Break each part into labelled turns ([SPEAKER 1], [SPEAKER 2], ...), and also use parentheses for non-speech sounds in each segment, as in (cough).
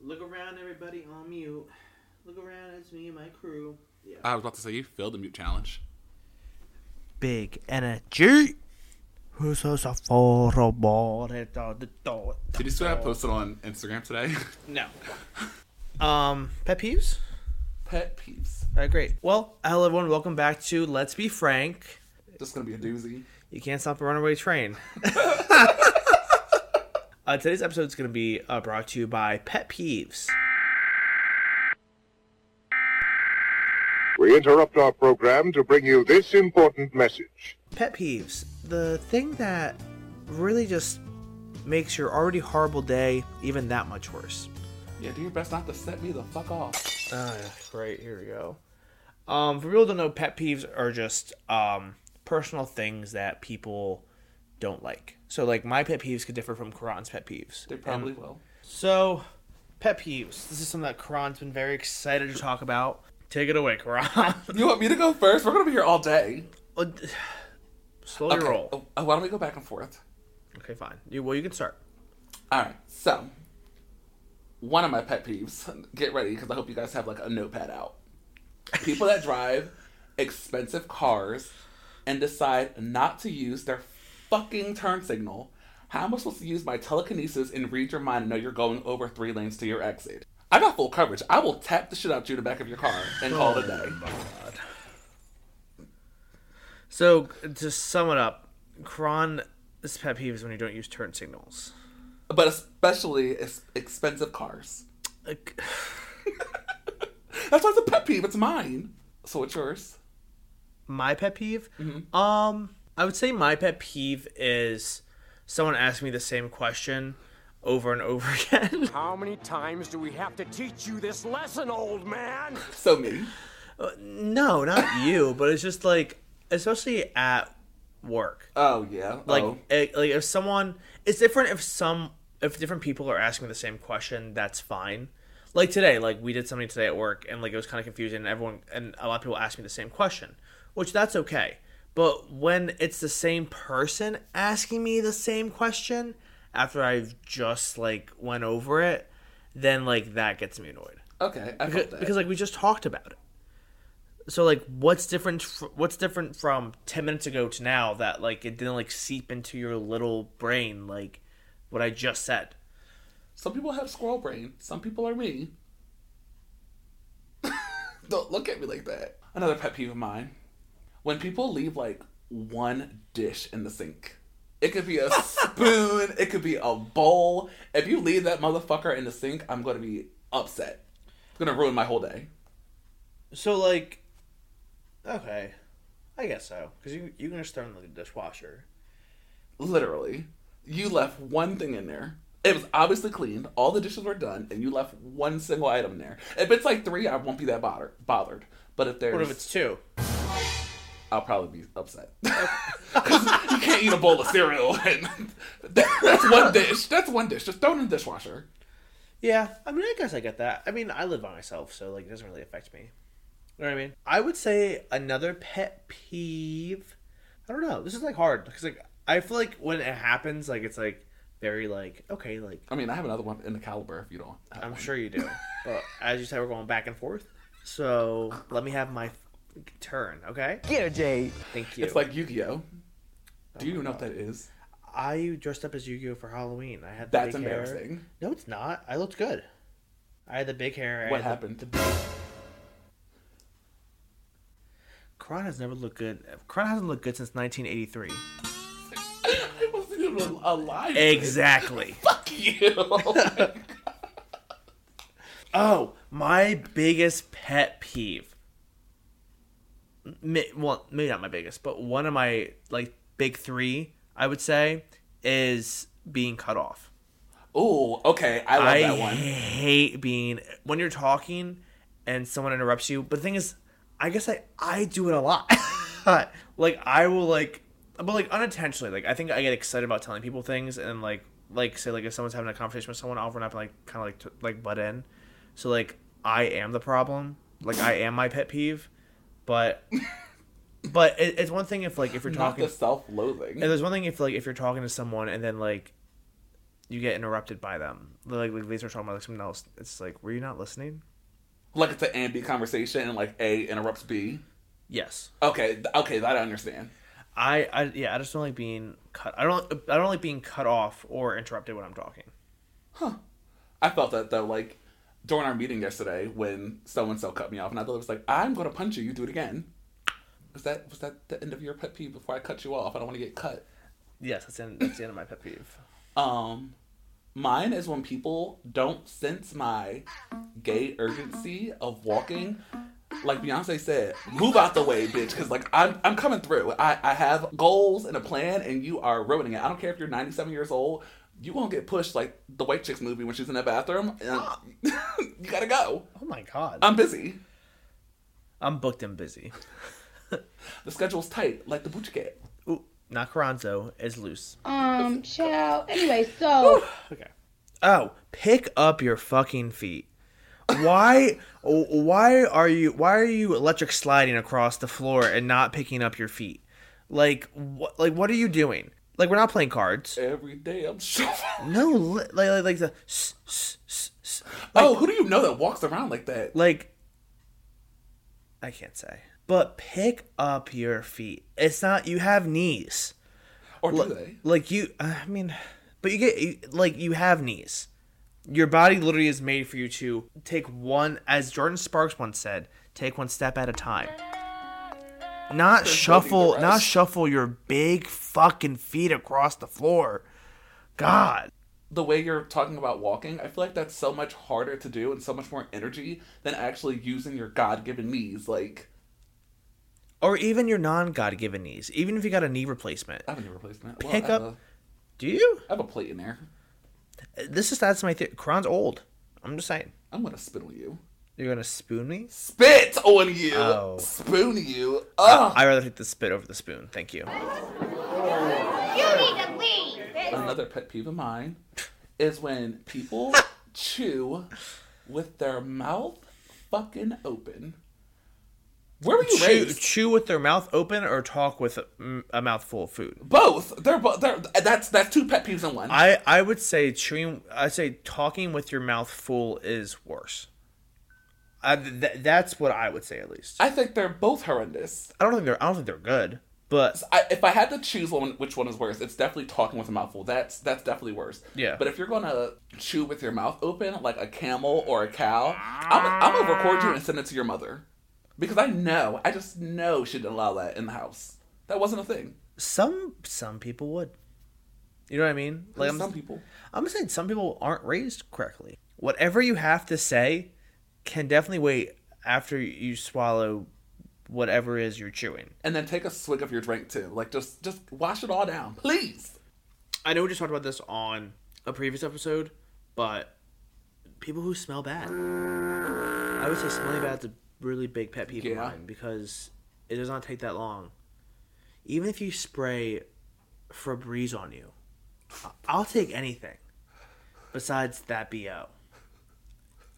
[SPEAKER 1] Look around, everybody on mute. Look around, it's me and my crew. Yeah.
[SPEAKER 2] I was about to say you failed the mute challenge.
[SPEAKER 3] Big energy. Who's so horrible?
[SPEAKER 2] Did you see what I posted on Instagram today? (laughs)
[SPEAKER 1] No. (laughs) Um, pet peeves?
[SPEAKER 2] Pet peeves.
[SPEAKER 1] All right, great. Well, hello, everyone. Welcome back to Let's Be Frank.
[SPEAKER 2] This is gonna be a doozy.
[SPEAKER 1] You can't stop a runaway train. uh, today's episode is going to be uh, brought to you by Pet Peeves.
[SPEAKER 4] We interrupt our program to bring you this important message.
[SPEAKER 1] Pet peeves. The thing that really just makes your already horrible day even that much worse.
[SPEAKER 2] Yeah, do your best not to set me the fuck off.
[SPEAKER 1] Uh, great. Here we go. Um, for people who don't know, pet peeves are just um, personal things that people don't like. So, like, my pet peeves could differ from Karan's pet peeves.
[SPEAKER 2] They probably will.
[SPEAKER 1] So, pet peeves. This is something that Karan's been very excited to talk about. Take it away, Karan. (laughs)
[SPEAKER 2] You want me to go first? We're gonna be here all day.
[SPEAKER 1] (sighs) Uh, Slowly
[SPEAKER 2] Okay,
[SPEAKER 1] roll.
[SPEAKER 2] oh, why don't we go back and forth?
[SPEAKER 1] Okay, fine. You, well, you can start.
[SPEAKER 2] All right. So, one of my pet peeves. (laughs) Get ready because I hope you guys have like a notepad out. People that drive expensive cars and decide not to use their fucking turn signal. How am I supposed to use my telekinesis and read your mind and know you're going over three lanes to your exit? I got full coverage. I will tap the shit out you in the back of your car and call it a day.
[SPEAKER 1] So, to sum it up, Karan's pet peeves when you don't use turn signals.
[SPEAKER 2] But especially it's expensive cars.
[SPEAKER 1] Like, (sighs)
[SPEAKER 2] That's why it's a pet peeve. It's mine. So what's yours?
[SPEAKER 1] my pet peeve um i would say my pet peeve is someone asks me the same question over and over (laughs) again
[SPEAKER 5] How many times do we have to teach you this lesson, old man?
[SPEAKER 2] So me.
[SPEAKER 1] no not you but it's just like especially at work
[SPEAKER 2] Oh yeah.
[SPEAKER 1] like
[SPEAKER 2] oh.
[SPEAKER 1] it- like if someone it's different if some if different people are asking the same question that's fine like today like we did something today at work and like it was kind of confusing and everyone and a lot of people asked me the same question which that's okay but when it's the same person asking me the same question after i've just like went over it then like that gets me annoyed
[SPEAKER 2] Okay, I
[SPEAKER 1] because,
[SPEAKER 2] felt that.
[SPEAKER 1] because, like we just talked about it. So like, what's different? Fr- what's different from ten minutes ago to now that like it didn't like seep into your little brain like what I just said?
[SPEAKER 2] some people have squirrel brain. Some people are me. (laughs) Don't look at me like that. Another pet peeve of mine: when people leave like one dish in the sink. It could (laughs) be a spoon. It could be a bowl. If you leave that motherfucker in the sink, I'm gonna be upset. It's gonna ruin my whole day.
[SPEAKER 1] So like, okay, I guess so because you you can just throw in the dishwasher.
[SPEAKER 2] Literally, you left one thing in there. It was obviously cleaned. All the dishes were done, and you left one single item there. If it's like three, I won't be that bothered. Bothered. But if there's
[SPEAKER 1] What if it's two?
[SPEAKER 2] I'll probably be upset. (laughs) 'Cause you can't eat a bowl of cereal. And (laughs) that's one dish. That's one dish. Just throw it in the dishwasher.
[SPEAKER 1] Yeah, I mean, I guess I get that. I mean, I live by myself, so like it doesn't really affect me. You know what I mean? I would say another pet peeve. I don't know. This is like hard because like I feel like when it happens, like it's like very like okay, like
[SPEAKER 2] I mean, I have another one in the caliber if you don't. have
[SPEAKER 1] I'm
[SPEAKER 2] one.
[SPEAKER 1] sure you
[SPEAKER 2] (laughs)
[SPEAKER 1] do, but as you said, we're going back and forth. So let me have my f- turn, okay?
[SPEAKER 5] Get a date.
[SPEAKER 1] Thank you.
[SPEAKER 2] It's like Yu Gi Oh! Do you even know what that is?
[SPEAKER 1] I dressed up as Yu-Gi-Oh for Halloween. I had the
[SPEAKER 2] That's
[SPEAKER 1] big Hair.
[SPEAKER 2] embarrassing.
[SPEAKER 1] No, it's not. I looked good. I had the big hair. I
[SPEAKER 2] What
[SPEAKER 1] had the-
[SPEAKER 2] happened?
[SPEAKER 1] Kron has never looked good. Kron hasn't looked good since 1983.
[SPEAKER 2] (laughs) I wasn't even alive.
[SPEAKER 1] Exactly.
[SPEAKER 2] Fuck
[SPEAKER 1] (laughs)
[SPEAKER 2] you.
[SPEAKER 1] oh, my biggest pet peeve. May- Well, maybe not my biggest, but one of my like big three, I would say, is being cut off.
[SPEAKER 2] Ooh, okay. I love
[SPEAKER 1] I
[SPEAKER 2] that one.
[SPEAKER 1] hate being when you're talking and someone interrupts you. But the thing is, I guess I I do it a lot. (laughs) like I will like, but like unintentionally. Like I think I get excited about telling people things and like like say like if someone's having a conversation with someone, I'll run up and like kind of like t- like butt in. So like I am the problem. Like I am my pet peeve, but. (laughs) But it, it's one thing if like if you're
[SPEAKER 2] Not
[SPEAKER 1] talking
[SPEAKER 2] the self-loathing.
[SPEAKER 1] and there's one thing if like if you're talking to someone and then like you get interrupted by them. Like like they start talking about like something else. It's like, were you not listening?
[SPEAKER 2] Like it's an A and B conversation, and like A interrupts B.
[SPEAKER 1] Yes.
[SPEAKER 2] Okay, th- okay, that I understand.
[SPEAKER 1] I, I yeah, I just don't like being cut. I don't I don't like being cut off or interrupted when I'm talking.
[SPEAKER 2] I felt that though, like during our meeting yesterday when so and so cut me off, and I thought it was like, I'm gonna punch you. You do it again. Was that was that the end of your pet peeve before I cut you off? I don't want to get cut.
[SPEAKER 1] Yes, that's the end, that's the end of my pet peeve.
[SPEAKER 2] Um, mine is when people don't sense my gay urgency of walking. Like Beyonce said, move out the way, bitch, because like I'm I'm coming through. I I have goals and a plan, and you are ruining it. I don't care if you're 97 years old. You won't get pushed like the White Chicks movie when she's in the bathroom. (laughs) And you gotta go.
[SPEAKER 1] Oh my god.
[SPEAKER 2] I'm busy.
[SPEAKER 1] I'm booked and busy.
[SPEAKER 2] The schedule's tight, like the Booch Cat.
[SPEAKER 1] Ooh, not Carranzo is loose.
[SPEAKER 6] Um, child. Anyway, so
[SPEAKER 1] Oh, pick up your fucking feet. Why why are you why are you electric sliding across the floor and not picking up your feet? Like what like what are you doing? Like we're not playing cards.
[SPEAKER 2] Every day I'm (laughs) shuffling.
[SPEAKER 1] No, li- like like, like the s- s- s- s-
[SPEAKER 2] Oh, who do you know that walks around like that?
[SPEAKER 1] like I can't say. But pick up your feet. It's not you have knees.
[SPEAKER 2] Or do they?
[SPEAKER 1] Like you uh, I mean, but you get you- like you have knees. Your body literally is made for you to take one as Jordan Sparks once said, take one step at a time. Not shuffle,
[SPEAKER 2] the
[SPEAKER 1] not
[SPEAKER 2] rest.
[SPEAKER 1] shuffle your big fucking feet across the floor. God.
[SPEAKER 2] the way you're talking about walking, I feel like that's so much harder to do and so much more energy than actually using your God given knees. Like,
[SPEAKER 1] Or even your non-god given knees. Even if you got a knee replacement.
[SPEAKER 2] I have a knee replacement. Well,
[SPEAKER 1] Pick
[SPEAKER 2] I have
[SPEAKER 1] up-
[SPEAKER 2] a-
[SPEAKER 1] Do you?
[SPEAKER 2] I have a plate in there.
[SPEAKER 1] This is that's my theory. Kron's old. I'm just saying.
[SPEAKER 2] I'm gonna spit on you.
[SPEAKER 1] You're gonna spoon me?
[SPEAKER 2] Spit on you!
[SPEAKER 1] Oh. Ah.
[SPEAKER 2] Spoon you! Ugh!
[SPEAKER 1] I'd rather take the spit over the spoon. Thank you.
[SPEAKER 7] You need to leave.
[SPEAKER 2] Another pet peeve of mine is when people chew with their mouth fucking open. Where were you
[SPEAKER 1] Chew,
[SPEAKER 2] raised?
[SPEAKER 1] chew with their mouth open or talk with a, mm, a mouthful of food.
[SPEAKER 2] Both. They're both. They're, that's that's two pet peeves in one.
[SPEAKER 1] I, I would say chewing. I say talking with your mouth full is worse. I, th- that's what I would say at least. I,
[SPEAKER 2] I think they're both horrendous.
[SPEAKER 1] don't think they're. I don't think they're good. But
[SPEAKER 2] I, if I had to choose one, which one is worse, it's definitely talking with a mouthful. That's that's definitely worse.
[SPEAKER 1] Yeah.
[SPEAKER 2] But if you're gonna chew with your mouth open like a camel or a cow, I'm, I'm gonna record you and send it to your mother, because I know, I just know she didn't allow that in the house. That wasn't a thing.
[SPEAKER 1] some some people would. You know what I mean? Like I'm,
[SPEAKER 2] Some people.
[SPEAKER 1] I'm saying some people aren't raised correctly. Whatever you have to say can definitely wait after you swallow whatever it is you're chewing.
[SPEAKER 2] And then take a swig of your drink too. Like just just wash it all down, please.
[SPEAKER 1] I know we just talked about this on a previous episode, but people who smell bad. I would say smelling bad is a really big pet peeve of
[SPEAKER 2] Yeah.
[SPEAKER 1] mine because it does not take that long. Even if you spray Febreze on you, I- I'll take anything besides that BO.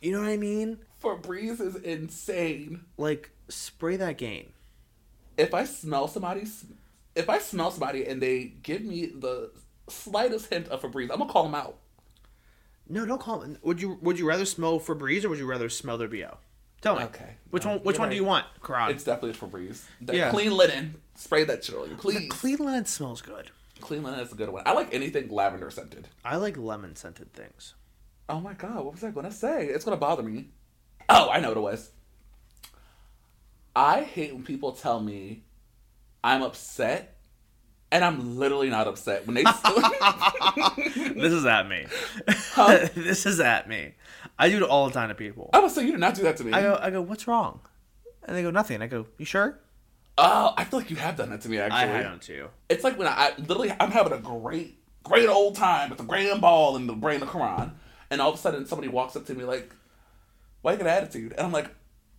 [SPEAKER 1] You know what I mean?
[SPEAKER 2] Febreze is insane.
[SPEAKER 1] Like, spray that game.
[SPEAKER 2] if I smell somebody's, if I smell somebody and they give me the slightest hint of Febreze, I'm gonna call them out.
[SPEAKER 1] No, don't call it. Would you Would you rather smell Febreze or would you rather smell their BO? Tell me.
[SPEAKER 2] Okay.
[SPEAKER 1] Which one? Which
[SPEAKER 2] You're
[SPEAKER 1] one do
[SPEAKER 2] right.
[SPEAKER 1] you want, Karan?
[SPEAKER 2] It's definitely Febreze. That
[SPEAKER 1] Yeah.
[SPEAKER 2] Clean linen, spray that shit on you, please.
[SPEAKER 1] Clean linen smells good.
[SPEAKER 2] Clean linen is a good one. I like anything lavender scented.
[SPEAKER 1] I like lemon scented things.
[SPEAKER 2] Oh my god, what was I gonna say? It's gonna bother me. Oh, I know what it was. I hate when people tell me I'm upset, and I'm literally not upset (laughs) when they.
[SPEAKER 1] (laughs) This is at me. (laughs) this is at me. I do it all the time to people.
[SPEAKER 2] I was saying you did not do that to me.
[SPEAKER 1] I go, I go, what's wrong? And they go, nothing. I go, you sure?
[SPEAKER 2] oh, I feel like you have done that to me. Actually,
[SPEAKER 1] too.
[SPEAKER 2] it's like when I, I literally I'm having a great great old time at the grand ball and the brain of Quran, and all of a sudden somebody walks up to me like, "Why you got an attitude?" And I'm like,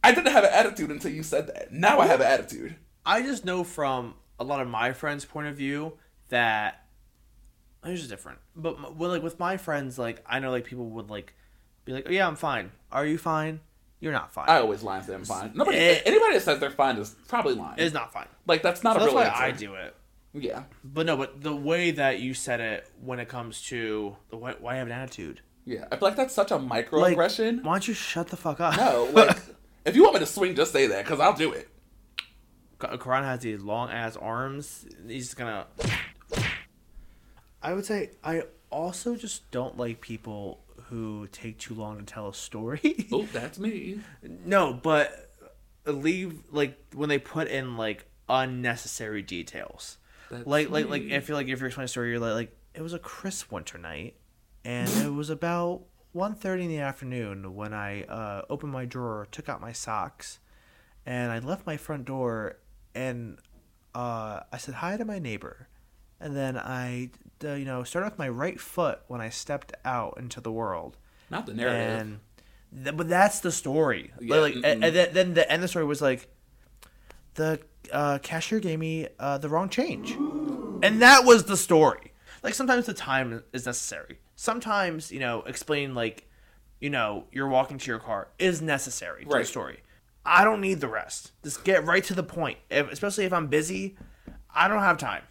[SPEAKER 2] "I didn't have an attitude until you said that. Now I have an attitude."
[SPEAKER 1] I just know from a lot of my friends' point of view that it's just different. But m- well, like with my friends, like I know like people would like be like, oh yeah, I'm fine. Are you fine? You're not fine.
[SPEAKER 2] I always lie and say I'm fine. Nobody,
[SPEAKER 1] Eh.
[SPEAKER 2] anybody that says they're fine is probably lying.
[SPEAKER 1] it's not fine.
[SPEAKER 2] like that's not
[SPEAKER 1] So
[SPEAKER 2] a
[SPEAKER 1] that's
[SPEAKER 2] real
[SPEAKER 1] why
[SPEAKER 2] answer.
[SPEAKER 1] I do it.
[SPEAKER 2] Yeah.
[SPEAKER 1] But no, but the way that you said it when it comes to the why, why have an attitude?
[SPEAKER 2] Yeah. I feel like that's such a
[SPEAKER 1] Like,
[SPEAKER 2] microaggression.
[SPEAKER 1] why don't you shut the fuck up? (laughs)
[SPEAKER 2] no, like, if you want me to swing, just say that, because I'll do it.
[SPEAKER 1] Ka- Karan has these long ass arms. He's just gonna. I would say I also just don't like people who take too long to tell a story. (laughs)
[SPEAKER 2] Oh, that's me.
[SPEAKER 1] no, but leave like when they put in like unnecessary details.
[SPEAKER 2] That's
[SPEAKER 1] like like like I feel like if you're explaining a story, you're like like it was a crisp winter night, and it was about 1.30 in the afternoon when I uh, opened my drawer, took out my socks, and I left my front door, and uh, I said hi to my neighbor, and then I uh, you know started with my right foot when I stepped out into the world,
[SPEAKER 2] Not the narrative.
[SPEAKER 1] and th- but that's the story.
[SPEAKER 2] Yeah,
[SPEAKER 1] like, like, and,
[SPEAKER 2] mm-mm.
[SPEAKER 1] and then, then the end of the story was like, the uh, cashier gave me uh, the wrong change, and that was the story. Like sometimes the time is necessary. Sometimes you know explaining like, you know you're walking to your car is necessary to the
[SPEAKER 2] Right.
[SPEAKER 1] story. I don't need the rest. Just get right to the point. If, especially if I'm busy, I don't have time.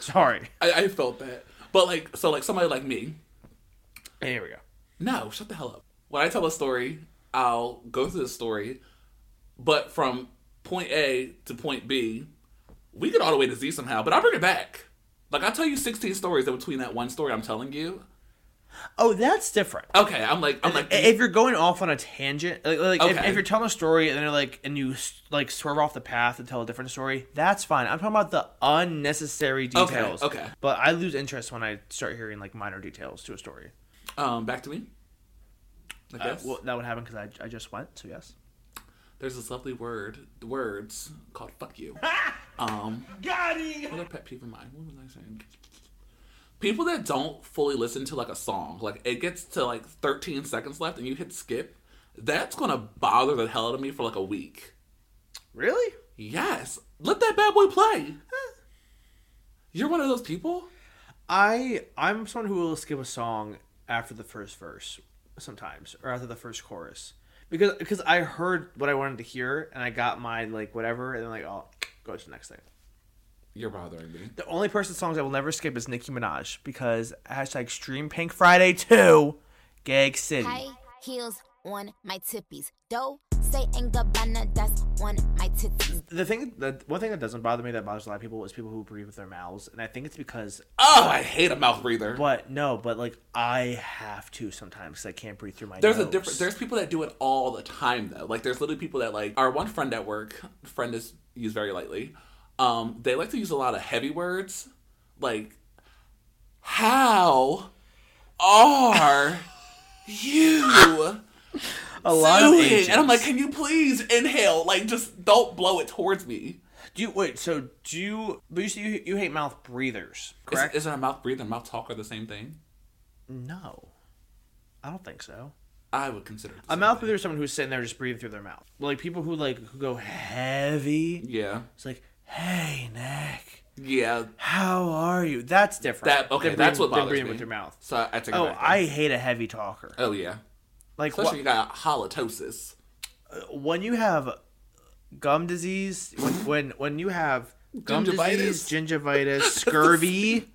[SPEAKER 1] Sorry. (laughs)
[SPEAKER 2] I, I felt that. But, like, so, like, somebody like me,
[SPEAKER 1] Here we go.
[SPEAKER 2] No, shut the hell up. When I tell a story, I'll go through the story, but from point A to point B, we get all the way to Z somehow, but I bring it back. Like I tell you 16 stories in between that one story I'm telling you.
[SPEAKER 1] Oh, that's different.
[SPEAKER 2] Okay, I'm like I'm like
[SPEAKER 1] I- if you're going off on a tangent, like, like if,
[SPEAKER 2] Okay.
[SPEAKER 1] if you're telling a story and you're like and you s- like swerve off the path and tell a different story, that's fine. I'm talking about the unnecessary
[SPEAKER 2] Okay,
[SPEAKER 1] details.
[SPEAKER 2] okay.
[SPEAKER 1] But I lose interest when I start hearing like minor details to a story.
[SPEAKER 2] um back to me. I
[SPEAKER 1] Uh,
[SPEAKER 2] guess
[SPEAKER 1] well, that would happen because I, I just went. So yes.
[SPEAKER 2] there's this lovely word, the words called "fuck you." um, Another pet peeve of mine. What was I saying? People that don't fully listen to like a song, like it gets to like 13 seconds left and you hit skip, that's gonna bother the hell out of me for like a week.
[SPEAKER 1] Really?
[SPEAKER 2] Yes, let that bad boy play. You're one of those people.
[SPEAKER 1] I I'm someone who will skip a song after the first verse sometimes or after the first chorus because because I heard what I wanted to hear and I got my like whatever and then like oh go to the next thing.
[SPEAKER 2] You're bothering me.
[SPEAKER 1] The only person's songs I will never skip is Nicki Minaj because hashtag Extreme Pink Friday 2, Gag City.
[SPEAKER 8] High heels on my tippies. Doe, say and Gabbana, that's on my titties.
[SPEAKER 1] The thing that one thing that doesn't bother me that bothers a lot of people is people who breathe with their mouths, and I think it's because
[SPEAKER 2] Oh, I hate a mouth breather.
[SPEAKER 1] but no, but like I have to sometimes because I can't breathe through my.
[SPEAKER 2] There's a
[SPEAKER 1] nose.
[SPEAKER 2] different. There's people that do it all the time though. Like there's literally people that like our one friend at work. Friend is used very lightly. Um, they like to use a lot of heavy words, like how are you
[SPEAKER 1] a (laughs) lot of
[SPEAKER 2] doing?
[SPEAKER 1] Asians.
[SPEAKER 2] And I'm like, can you please inhale? Like just don't blow it towards me.
[SPEAKER 1] do you wait? So do you? But you you, you hate mouth breathers,
[SPEAKER 2] Is,
[SPEAKER 1] correct?
[SPEAKER 2] isn't a mouth breather and mouth talker the same thing?
[SPEAKER 1] no, I don't think so.
[SPEAKER 2] I would consider it the
[SPEAKER 1] A
[SPEAKER 2] same
[SPEAKER 1] mouth
[SPEAKER 2] thing.
[SPEAKER 1] breather is someone who's sitting there just breathing through their mouth. Like people who like who go heavy.
[SPEAKER 2] Yeah,
[SPEAKER 1] It's like, hey, Nick.
[SPEAKER 2] yeah.
[SPEAKER 1] How are you? That's different.
[SPEAKER 2] That okay.
[SPEAKER 1] Than
[SPEAKER 2] that's
[SPEAKER 1] breathing-
[SPEAKER 2] what
[SPEAKER 1] than
[SPEAKER 2] bothers
[SPEAKER 1] breathing
[SPEAKER 2] me.
[SPEAKER 1] with your mouth.
[SPEAKER 2] So I, I take it
[SPEAKER 1] Oh,
[SPEAKER 2] back.
[SPEAKER 1] I hate a heavy talker.
[SPEAKER 2] Oh yeah.
[SPEAKER 1] Like
[SPEAKER 2] Especially
[SPEAKER 1] wh-
[SPEAKER 2] if you got halitosis.
[SPEAKER 1] when you have gum disease, when when, when you have gum disease, (laughs) gingivitis, scurvy.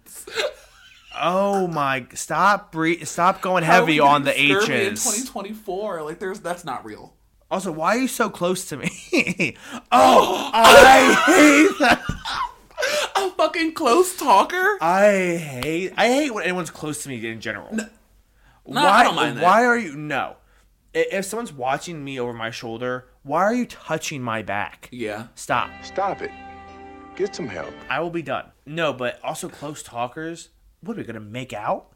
[SPEAKER 1] oh my! Stop breathe. Stop going heavy
[SPEAKER 2] How are we
[SPEAKER 1] on the
[SPEAKER 2] getting scurvy In
[SPEAKER 1] H's.
[SPEAKER 2] 2024, like there's that's not real.
[SPEAKER 1] Also, why are you so close to me? (laughs) oh, I hate that.
[SPEAKER 2] A fucking close talker.
[SPEAKER 1] I hate I hate when anyone's close to me in general.
[SPEAKER 2] No,
[SPEAKER 1] why,
[SPEAKER 2] I don't mind that.
[SPEAKER 1] Why are you no? I- If someone's watching me over my shoulder, why are you touching my back?
[SPEAKER 2] Yeah.
[SPEAKER 1] Stop.
[SPEAKER 4] Stop it. Get some help.
[SPEAKER 1] I will be done. No, but also close talkers. What are we gonna make out?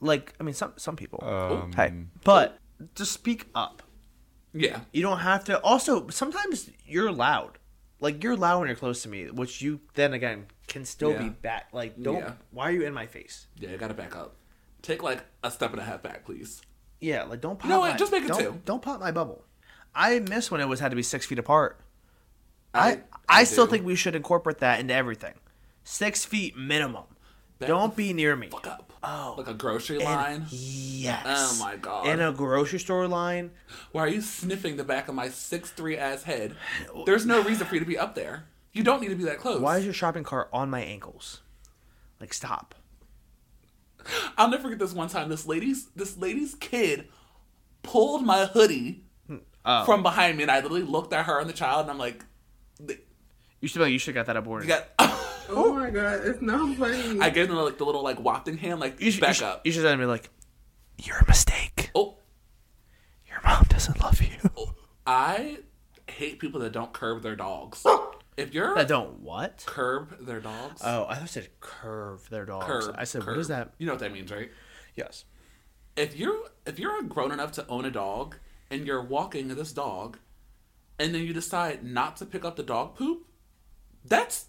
[SPEAKER 1] Like, I mean, some some people. hey, but just speak up.
[SPEAKER 2] Yeah.
[SPEAKER 1] You don't have to. Also, sometimes you're loud. Like you're loud when you're close to me, which you then again can still be
[SPEAKER 2] Yeah.
[SPEAKER 1] back. Like, don't.
[SPEAKER 2] Yeah.
[SPEAKER 1] Why are you in my face?
[SPEAKER 2] Yeah, you gotta back up. Take like a step and a half back, please.
[SPEAKER 1] Yeah, like don't pop.
[SPEAKER 2] know what?
[SPEAKER 1] My,
[SPEAKER 2] Just make it
[SPEAKER 1] don't,
[SPEAKER 2] two.
[SPEAKER 1] Don't pop my bubble. I miss when it was had to be six feet apart. I I, still
[SPEAKER 2] do.
[SPEAKER 1] think we should incorporate that into everything. Six feet minimum.
[SPEAKER 2] Back
[SPEAKER 1] don't be near me.
[SPEAKER 2] Fuck up. Oh. Like a grocery line.
[SPEAKER 1] Yes.
[SPEAKER 2] Oh my god.
[SPEAKER 1] In a grocery store line. (sighs)
[SPEAKER 2] Why are you sniffing the back of my six three ass head? There's no reason for you to be up there. You don't need to be that close.
[SPEAKER 1] Why is your shopping cart on my ankles? Like, stop.
[SPEAKER 2] I'll never forget this one time. This lady's this lady's kid pulled my hoodie
[SPEAKER 1] Hmm. Oh.
[SPEAKER 2] from behind me, and I literally looked at her and the child, and I'm like, "Th-
[SPEAKER 1] You should be like, you should have got that aborted.
[SPEAKER 2] "You got." (coughs)
[SPEAKER 9] Oh my god, it's not funny.
[SPEAKER 2] I gave them like the little like wafting hand, like
[SPEAKER 1] you should,
[SPEAKER 2] back
[SPEAKER 1] you should,
[SPEAKER 2] up.
[SPEAKER 1] You should have been like, you're a mistake.
[SPEAKER 2] oh,
[SPEAKER 1] Your mom doesn't love you.
[SPEAKER 2] I hate people that don't curb their dogs. If you're
[SPEAKER 1] I don't what?
[SPEAKER 2] curb their dogs,
[SPEAKER 1] Oh, I thought it said curve their dogs.
[SPEAKER 2] curb.
[SPEAKER 1] I said,
[SPEAKER 2] curb.
[SPEAKER 1] what is that?
[SPEAKER 2] You know what that means, right?
[SPEAKER 1] Yes.
[SPEAKER 2] if you're if you're grown enough to own a dog and you're walking this dog and then you decide not to pick up the dog poop that's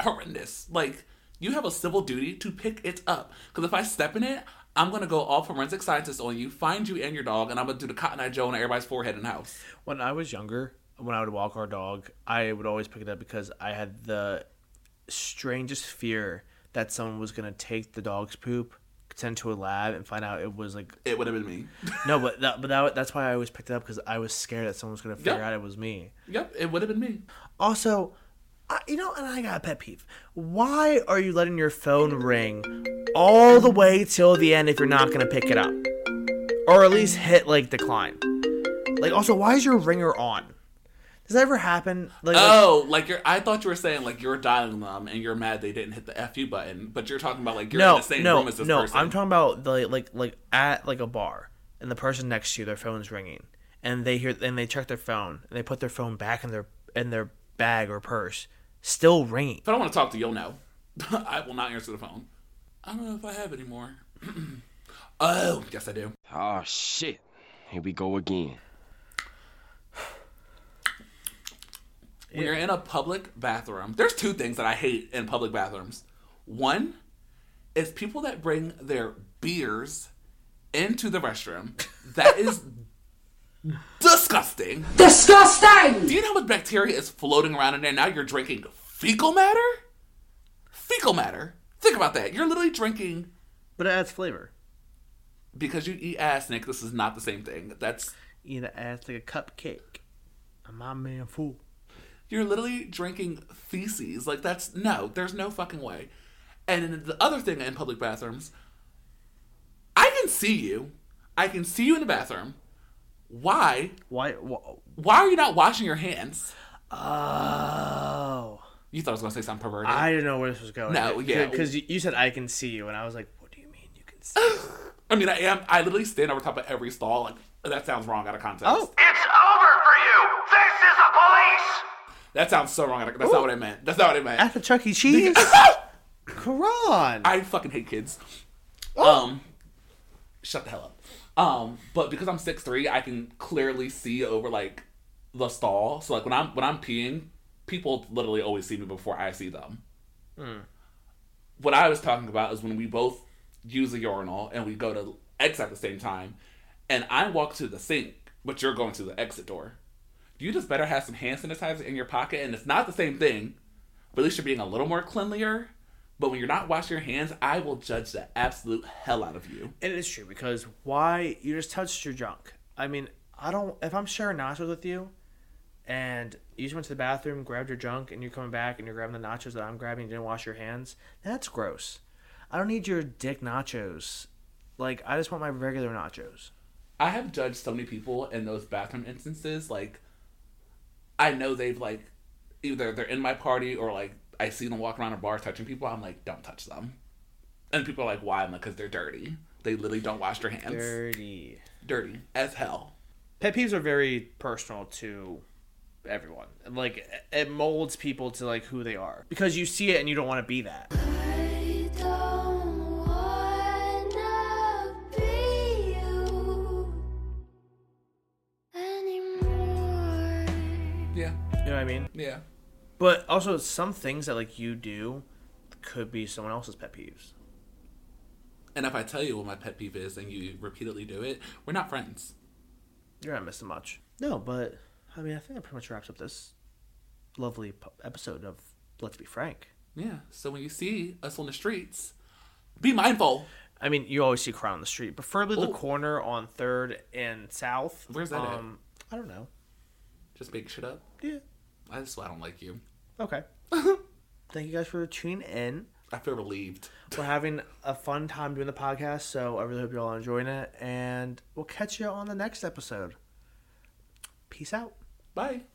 [SPEAKER 2] horrendous like you have a civil duty to pick it up because if i step in it i'm going to go all forensic scientist on you find you and your dog and i'm going to do the cotton eye joe on everybody's forehead in the house
[SPEAKER 1] When I was younger, when I would walk our dog, I would always pick it up because I had the strangest fear that someone was going to take the dog's poop, send it to a lab, and find out it was like
[SPEAKER 2] it would have been me
[SPEAKER 1] no, but that, but that, that's why I always picked it up because I was scared that someone was going to figure
[SPEAKER 2] Yeah.
[SPEAKER 1] out it was me.
[SPEAKER 2] yep it would have been me
[SPEAKER 1] Also, I, you know, and I got a pet peeve. Why are you letting your phone ring all the way till the end if you're not gonna pick it up, or at least hit like decline? Like, also, why is your ringer on? Does that ever happen? Like, like-
[SPEAKER 2] oh like you're i thought you were saying like you're dialing them and you're mad they didn't hit the fu button but you're talking about like you're in the same
[SPEAKER 1] no,
[SPEAKER 2] room as this
[SPEAKER 1] no.
[SPEAKER 2] person
[SPEAKER 1] I'm talking about the, like like at like a bar, and the person next to you, their phone's ringing, and they hear and they check their phone, and they put their phone back in their in their bag or purse, still ringing.
[SPEAKER 2] If I don't want to talk to you, you'll know. (laughs) I will not answer the phone. I don't know if I have any more. (clears throat) oh, yes, I do.
[SPEAKER 10] Oh shit. Here we go again.
[SPEAKER 2] When you're in a public bathroom, there's two things that I hate in public bathrooms. One is people that bring their beers into the restroom. That is (laughs) disgusting.
[SPEAKER 9] Disgusting!
[SPEAKER 2] Do you know how much bacteria is floating around in there? Now you're drinking fecal matter? Fecal matter. Think about that. You're literally drinking
[SPEAKER 1] But it adds flavor.
[SPEAKER 2] because you eat ass, Nick. This is not the same thing. That's
[SPEAKER 1] Either adds like a cupcake. And my man fool.
[SPEAKER 2] You're literally drinking feces. Like that's no, there's no fucking way. And then the other thing in public bathrooms, I can see you. I can see you in the bathroom. Why?
[SPEAKER 1] Why? wha-
[SPEAKER 2] Why are you not washing your hands?
[SPEAKER 1] Oh,
[SPEAKER 2] You thought I was gonna say something perverted.
[SPEAKER 1] I didn't know where this was going.
[SPEAKER 2] No, yeah.
[SPEAKER 1] because you said I can see you, and I was like, what do you mean you can see? me?"
[SPEAKER 2] I mean, I am. I literally stand over top of every stall. Like that sounds wrong out of context.
[SPEAKER 1] Oh.
[SPEAKER 11] It's over for you! This is the police!
[SPEAKER 2] that sounds so wrong. Out of, that's not what I meant. That's not what I meant.
[SPEAKER 1] At the Chuck E. Cheese. (laughs) Quran.
[SPEAKER 2] I fucking hate kids. Um, shut the hell up. Um, but because I'm six three, I can clearly see over like the stall. So like when I'm when I'm peeing, people literally always see me before I see them. What I was talking about is when we both use a urinal and we go to exit at the same time, and I walk to the sink, but you're going to the exit door. You just better have some hand sanitizer in your pocket, and it's not the same thing but at least you're being a little more cleanlier. But when you're not washing your hands, I will judge the absolute hell out of you.
[SPEAKER 1] It is true because why you just touched your junk. I mean, I don't. If I'm sharing nachos with you, and you just went to the bathroom, grabbed your junk, and you're coming back and you're grabbing the nachos that I'm grabbing, you didn't wash your hands. That's gross. I don't need your dick nachos. Like I just want my regular nachos.
[SPEAKER 2] I have judged so many people in those bathroom instances. Like, I know they've like either they're in my party or like I see them walk around a bar touching people. I'm like, don't touch them. And people are like, why? I'm like, because they're dirty. They literally don't wash their hands.
[SPEAKER 1] Dirty.
[SPEAKER 2] Dirty as hell.
[SPEAKER 1] Pet peeves are very personal to everyone. Like it molds people to like who they are because you see it and you don't want to be that.
[SPEAKER 2] Yeah,
[SPEAKER 1] You know what I mean?
[SPEAKER 2] yeah.
[SPEAKER 1] But also, some things that like you do could be someone else's pet peeves.
[SPEAKER 2] And if I tell you what my pet peeve is and you repeatedly do it, we're not friends.
[SPEAKER 1] You're not missing much. No, but I mean, I think that pretty much wraps up this lovely p- episode of Let's Be Frank.
[SPEAKER 2] Yeah. So when you see us on the streets, be mindful.
[SPEAKER 1] I mean, you always see a crowd on the street, preferably the
[SPEAKER 2] Ooh.
[SPEAKER 1] corner on Third and South. Um,
[SPEAKER 2] Where's that at?
[SPEAKER 1] I don't know.
[SPEAKER 2] Just make shit up.
[SPEAKER 1] Yeah.
[SPEAKER 2] That's why I don't like you.
[SPEAKER 1] (laughs) Okay. Thank you guys for tuning in.
[SPEAKER 2] I feel relieved.
[SPEAKER 1] We're having a fun time doing the podcast, so I really hope you're all enjoying it. And we'll catch you on the next episode. Peace out.
[SPEAKER 2] Bye.